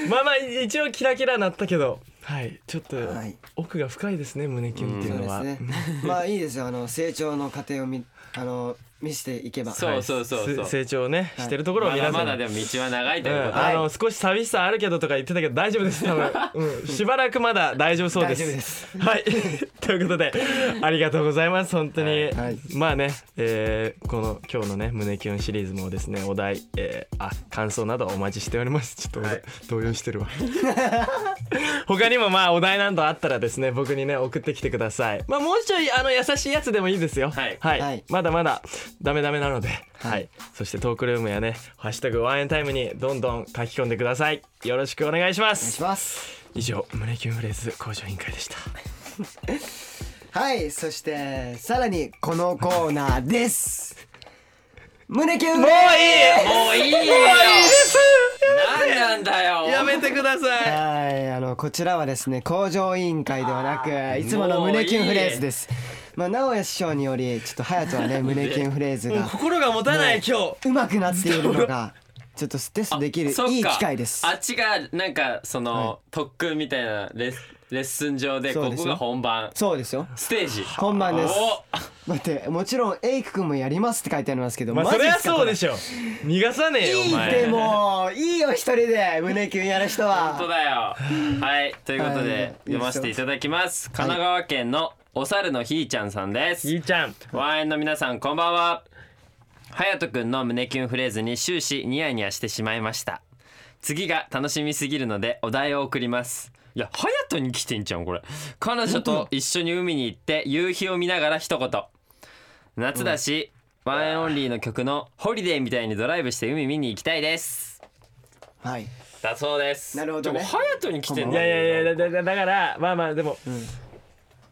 [SPEAKER 4] まあまあ一応キラキラなったけどはいちょっと
[SPEAKER 2] はい
[SPEAKER 4] 奥が深いですね胸キュンってい
[SPEAKER 2] そうう
[SPEAKER 4] の
[SPEAKER 2] で
[SPEAKER 4] は、
[SPEAKER 2] すねまあいいですよあの成長の過程を見あの見せていけ ば
[SPEAKER 3] そう
[SPEAKER 4] はい
[SPEAKER 3] そうそうそう
[SPEAKER 4] す成長ね
[SPEAKER 2] はい
[SPEAKER 4] してるところを
[SPEAKER 3] ま
[SPEAKER 4] 皆さ
[SPEAKER 3] だ
[SPEAKER 4] ん
[SPEAKER 3] まだでも道は長いと
[SPEAKER 4] う
[SPEAKER 3] いうこ
[SPEAKER 4] ん
[SPEAKER 3] とで
[SPEAKER 4] あの少し寂しさあるけどとか言ってたけど大丈夫です多 分、うん、しばらくまだ大丈夫そうです
[SPEAKER 2] 大丈夫です
[SPEAKER 4] はい ということでありがとうございます本当に、
[SPEAKER 3] はい
[SPEAKER 2] はい
[SPEAKER 4] まあね、えーこの今日のね胸キュンシリーズもですねお題、えーあ感想などお待ちしておりますちょっと、
[SPEAKER 3] はい
[SPEAKER 4] 動揺してるわ 他にもまあお題などあったらですね僕にね送ってきてくださいまあもうちょいあの優しいやつでもいいですよ
[SPEAKER 3] はい
[SPEAKER 2] はい
[SPEAKER 4] まだまだダメダメなので、はい、
[SPEAKER 2] い
[SPEAKER 4] そしてトークルームやね「ハッシュタグワンエンタイム」にどんどん書き込んでくださいよろしくお願いし
[SPEAKER 2] お
[SPEAKER 4] ま
[SPEAKER 2] 願いし
[SPEAKER 4] す
[SPEAKER 2] ます
[SPEAKER 4] 以上胸キュンフレーズ向上委員会でした
[SPEAKER 2] はいそしてさらにこのコーナーです胸キュン
[SPEAKER 4] もういい
[SPEAKER 3] もういいよ
[SPEAKER 4] です
[SPEAKER 3] 何なんだよ
[SPEAKER 4] やめてください
[SPEAKER 2] はい、あのこちらはですね向上委員会ではなくいつもの胸キュンフレーズですまあ直哉師匠によりちょっと隼人はね胸キュンフレーズが
[SPEAKER 4] 心が持たない今日
[SPEAKER 2] うまくなっているのがちょっとテストできる
[SPEAKER 3] そっか
[SPEAKER 2] いい機会です
[SPEAKER 3] あっちがなんかその、特訓みたいなレッスレッスン上で
[SPEAKER 2] そう
[SPEAKER 3] こ
[SPEAKER 2] です
[SPEAKER 3] こ
[SPEAKER 2] よ
[SPEAKER 3] が本番
[SPEAKER 2] そうですよ
[SPEAKER 3] ステージ
[SPEAKER 2] 本番です
[SPEAKER 3] お
[SPEAKER 2] 待ってもちろんエイク君もやりますって書いてありますけど、
[SPEAKER 4] まあ
[SPEAKER 2] マジ
[SPEAKER 4] そ
[SPEAKER 2] っ
[SPEAKER 4] りゃ
[SPEAKER 2] すか
[SPEAKER 4] そうでしょ逃がさねえよお
[SPEAKER 2] これ
[SPEAKER 4] 前
[SPEAKER 2] いいってもういいよ一人で胸キュンやる人は
[SPEAKER 3] 本当だよはいということで、
[SPEAKER 2] はい
[SPEAKER 3] 読ませていただきます神奈川県のお猿のひーちゃんさんです、
[SPEAKER 4] いいちゃん
[SPEAKER 3] ワンエンの皆さんこんばんは隼人くんの胸キュンフレーズに終始ニヤニヤしてしまいました次が楽しみすぎるのでお題を送りますいや隼人に来てんじゃんこれ彼女と一緒に海に行って夕日を見ながら一言夏だし、ワンエンオンリーの曲の「ホリデー」みたいにドライブして海見に行きたいです
[SPEAKER 2] はい
[SPEAKER 3] だそうです
[SPEAKER 2] なるほどね
[SPEAKER 3] でも隼人に来てん
[SPEAKER 4] い
[SPEAKER 3] だ
[SPEAKER 4] やいやいやだだだからまあまあでも、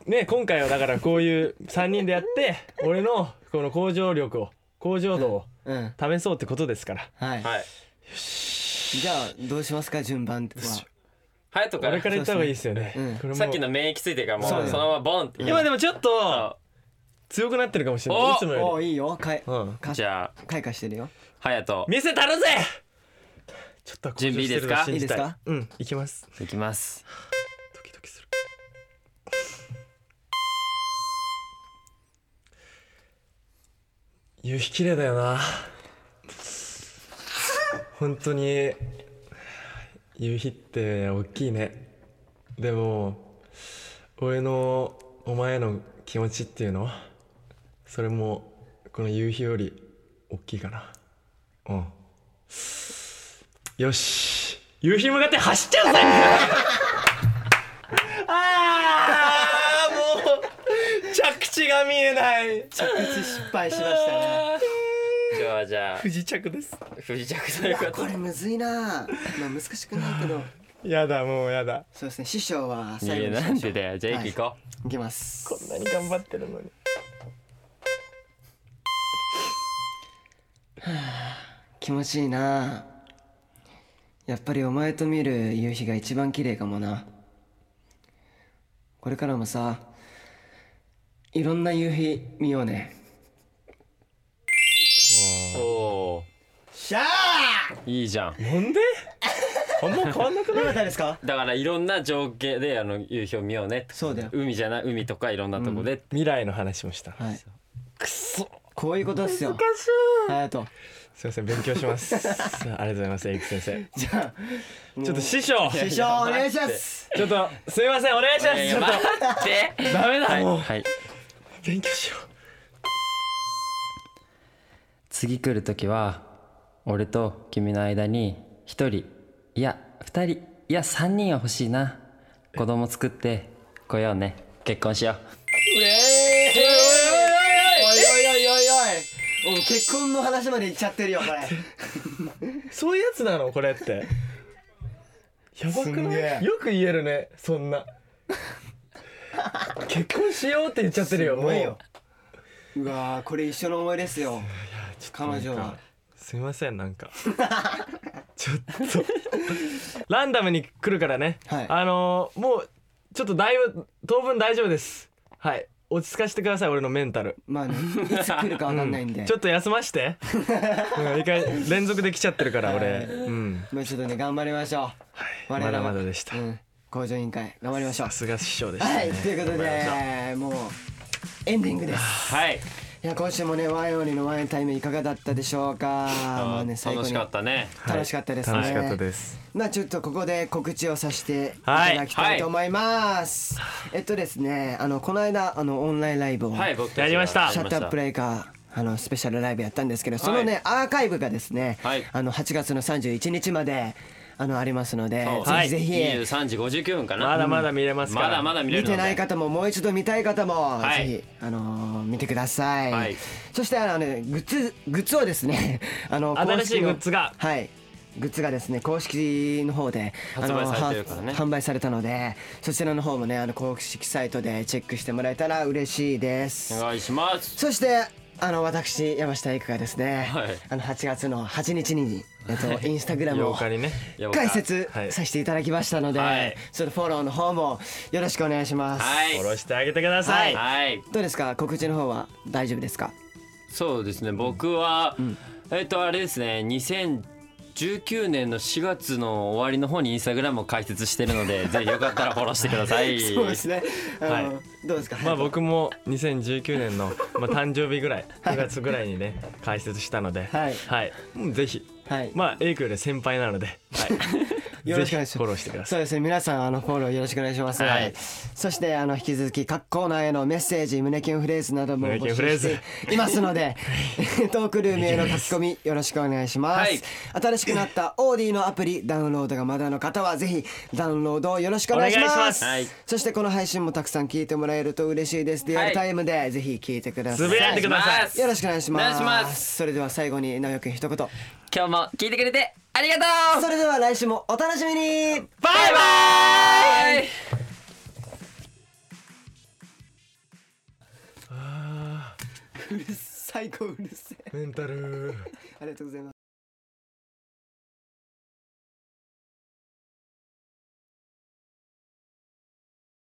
[SPEAKER 4] ね今回はだからこういう3人でやって俺のこの向上力を向上度を
[SPEAKER 2] うん
[SPEAKER 4] 試そうってことですから
[SPEAKER 2] はい、
[SPEAKER 3] はい
[SPEAKER 2] じゃあどうしますか順番は
[SPEAKER 3] 隼人か
[SPEAKER 4] 俺
[SPEAKER 3] ら
[SPEAKER 4] から言った方がいいですよね、
[SPEAKER 2] うん
[SPEAKER 4] これも
[SPEAKER 3] さっきの免疫ついてるからも
[SPEAKER 2] そう
[SPEAKER 3] う
[SPEAKER 2] ね
[SPEAKER 3] そのままボンって
[SPEAKER 4] 今でもちょっと強くなってるかもしれない
[SPEAKER 3] お
[SPEAKER 4] いつも
[SPEAKER 2] お
[SPEAKER 4] よ
[SPEAKER 2] ーいいよかい、
[SPEAKER 4] り、うん、
[SPEAKER 2] か
[SPEAKER 3] じゃあ
[SPEAKER 2] 開花してるよ
[SPEAKER 3] 隼人
[SPEAKER 4] 見せたるぜちょっと向上してるのを信
[SPEAKER 2] 準備いい
[SPEAKER 4] じた
[SPEAKER 2] ですか
[SPEAKER 4] うん行きます
[SPEAKER 3] いきます
[SPEAKER 4] ドキドキする夕日綺麗だよな本当に夕日って大きいねでも俺のお前の気持ちっていうのそれもこの夕日より大きいかなうんよし夕日に向かって走っちゃうぜあーもう着地が見えない
[SPEAKER 2] 着地失敗しましたね
[SPEAKER 3] 今日はじゃあ
[SPEAKER 4] 不時着です
[SPEAKER 3] 不時着ということ
[SPEAKER 2] これむずいなあまあ難しくないけど
[SPEAKER 4] やだもうやだ
[SPEAKER 2] そうですね師匠は
[SPEAKER 3] でい
[SPEAKER 2] 最後
[SPEAKER 3] や
[SPEAKER 2] にし
[SPEAKER 3] な
[SPEAKER 2] ま
[SPEAKER 3] ん
[SPEAKER 2] し
[SPEAKER 3] で
[SPEAKER 2] ょう
[SPEAKER 3] だよじゃあ
[SPEAKER 2] はい
[SPEAKER 3] 行こ
[SPEAKER 2] いきます
[SPEAKER 4] こんなに頑張ってるのに
[SPEAKER 2] 気持ちいいなあやっぱりお前と見る夕日が一番綺麗かもなこれからもさいろんな夕日見ようね
[SPEAKER 3] うおお
[SPEAKER 2] しゃ
[SPEAKER 3] いいじゃん
[SPEAKER 4] なんであんま変わんなく
[SPEAKER 2] あ
[SPEAKER 4] な
[SPEAKER 2] よ
[SPEAKER 4] い
[SPEAKER 2] かったですか
[SPEAKER 3] だからいろんな情景であの夕日を見ようねって
[SPEAKER 2] そうだよ
[SPEAKER 3] 海じゃない海とかいろんなとこで、
[SPEAKER 4] 未来の話もした
[SPEAKER 2] はい
[SPEAKER 4] くそ
[SPEAKER 2] こういうことですよ隼人
[SPEAKER 4] すいません勉強します ありがとうございますエイク先生
[SPEAKER 2] じゃあ
[SPEAKER 4] ちょっと
[SPEAKER 2] 師
[SPEAKER 4] 師匠
[SPEAKER 3] いや
[SPEAKER 2] 匠お願いします
[SPEAKER 4] ちょっとすいませんお願いしま
[SPEAKER 3] いやい
[SPEAKER 4] すち
[SPEAKER 3] や
[SPEAKER 4] ょっ
[SPEAKER 3] 待
[SPEAKER 4] と
[SPEAKER 3] って
[SPEAKER 4] ダメ
[SPEAKER 3] は
[SPEAKER 4] だ
[SPEAKER 3] い、
[SPEAKER 4] もう
[SPEAKER 3] はい、
[SPEAKER 4] 勉強しよ
[SPEAKER 3] 次来る時は俺と君の間に一人いや二人いや三人は欲しいな子供作って来ようね結婚しよ
[SPEAKER 2] うえーおいおいおいおいおいもう結婚の話までいっちゃってるよこれ
[SPEAKER 4] うそういうやつなのこれってやばく
[SPEAKER 2] すんげ
[SPEAKER 4] な
[SPEAKER 2] え
[SPEAKER 4] いよく言えるねそ んな結婚しようって言っちゃってるよもう
[SPEAKER 2] すごいようわーこれ一緒の思いですよ彼女は
[SPEAKER 4] すいませんな んかちょっとランダムに来るからね、
[SPEAKER 2] はい
[SPEAKER 4] あのーもうちょっとだいぶ当分大丈夫ですはい落ち着かせてください俺のメンタル
[SPEAKER 2] まあねいつ来るかわかんないんで、
[SPEAKER 4] ちょっと休ましてうん一回連続で来ちゃってるから俺、うん、
[SPEAKER 2] もうちょっとね頑張りましょう、我
[SPEAKER 4] ま
[SPEAKER 2] 々
[SPEAKER 4] だ
[SPEAKER 2] は
[SPEAKER 4] まだでした、
[SPEAKER 2] うん向上委員会頑張りましょう
[SPEAKER 4] さすが師匠でした、ね、
[SPEAKER 2] はいということでもうエンディングです
[SPEAKER 3] はい
[SPEAKER 2] いや今週もねワインオンリーのワインタイムいかがだったでしょうかもうね最後
[SPEAKER 3] 楽
[SPEAKER 2] に
[SPEAKER 3] しかったね
[SPEAKER 4] はい
[SPEAKER 2] 楽しかったですね
[SPEAKER 4] 楽しかったです
[SPEAKER 2] まあちょっとここで告知をさせていただきたいと思います、えっとですねあのこの間あのオンラインライブを、
[SPEAKER 3] はい僕たちが
[SPEAKER 4] やりました
[SPEAKER 2] シャットアップ
[SPEAKER 3] イ
[SPEAKER 2] レイカーあのスペシャルライブやったんですけどそのね、アーカイブがですね、
[SPEAKER 3] はい
[SPEAKER 2] あの8月の31日まであのありますのでぜ
[SPEAKER 4] は
[SPEAKER 2] ひ
[SPEAKER 4] い
[SPEAKER 2] ぜひ、
[SPEAKER 3] 23時59分かな
[SPEAKER 4] まだまだ見れますから
[SPEAKER 3] まだまだ見れ
[SPEAKER 2] 見
[SPEAKER 3] るの
[SPEAKER 2] て
[SPEAKER 3] で
[SPEAKER 2] ない方ももう一度見たい方も、
[SPEAKER 3] はい
[SPEAKER 2] ぜひ、あのー見てください、
[SPEAKER 3] はい
[SPEAKER 2] そしてあの、ね、グッズグッズをですね あの
[SPEAKER 4] 新しい
[SPEAKER 2] 公式の
[SPEAKER 4] グッズが
[SPEAKER 2] はいグッズがですね公式の方で
[SPEAKER 3] 発売されてるからね
[SPEAKER 2] あのは販売されたのでそちらの方もねあの公式サイトでチェックしてもらえたら嬉しいです
[SPEAKER 3] お願いします
[SPEAKER 2] そしてあの私山下育がですね、
[SPEAKER 3] はい
[SPEAKER 2] あの8月の8日に、えっと、インスタグラム
[SPEAKER 4] 8
[SPEAKER 2] を
[SPEAKER 4] 日にね
[SPEAKER 3] やばい
[SPEAKER 2] 解説させていただきましたので、
[SPEAKER 3] はい
[SPEAKER 2] そのフォローの方もよろしくお願いします、
[SPEAKER 3] はい
[SPEAKER 4] フォローしてあげてください、
[SPEAKER 3] はい
[SPEAKER 2] どうですか告知の方は大丈夫ですか
[SPEAKER 3] そうですね僕は、えっ、とあれですね2019年の4月の終わりの方にインスタグラムを開設してるの でぜひよかったらフォローしてください
[SPEAKER 2] そうですねあの、
[SPEAKER 3] は
[SPEAKER 2] どうですか
[SPEAKER 4] まあ僕も2019年の、まあ、誕生日ぐらい9月ぐらいにね解説したので
[SPEAKER 2] はい
[SPEAKER 4] うんぜひ
[SPEAKER 2] はい
[SPEAKER 4] まあエイクより先輩なので、はい、
[SPEAKER 2] よろしくお願いします
[SPEAKER 4] ぜひフォローしてくださ
[SPEAKER 2] そうですね皆さんあのフォローよろしくお願いします、
[SPEAKER 3] はい
[SPEAKER 2] そしてあの引き続き各コーナーへのメッセージ胸キュンフレーズなども
[SPEAKER 4] 胸キュ
[SPEAKER 2] 募
[SPEAKER 4] ンフレ
[SPEAKER 2] 集
[SPEAKER 4] ーズ
[SPEAKER 2] していますのでトークルームへの書き込みよろしくお願いします、
[SPEAKER 3] はい
[SPEAKER 2] 新しくなったオーディのアプリダウンロードがまだの方はぜひダウンロードをよろしくお願いします
[SPEAKER 4] お願いします
[SPEAKER 3] はい
[SPEAKER 2] そしてこの配信もたくさん聞いてもらえると嬉しいですリアルタイムでぜひ聞いてください、
[SPEAKER 4] つぶやいてください
[SPEAKER 2] よろしくお願いし
[SPEAKER 3] お
[SPEAKER 2] ま
[SPEAKER 3] 願い
[SPEAKER 2] す
[SPEAKER 3] します
[SPEAKER 2] それでは最後に直哉くん一言
[SPEAKER 3] 今日も聞いてくれてありがとう
[SPEAKER 2] それでは来週もお楽しみに
[SPEAKER 3] バイバイ
[SPEAKER 2] 最高うるせえ
[SPEAKER 4] いメンタル
[SPEAKER 2] ありがとうございます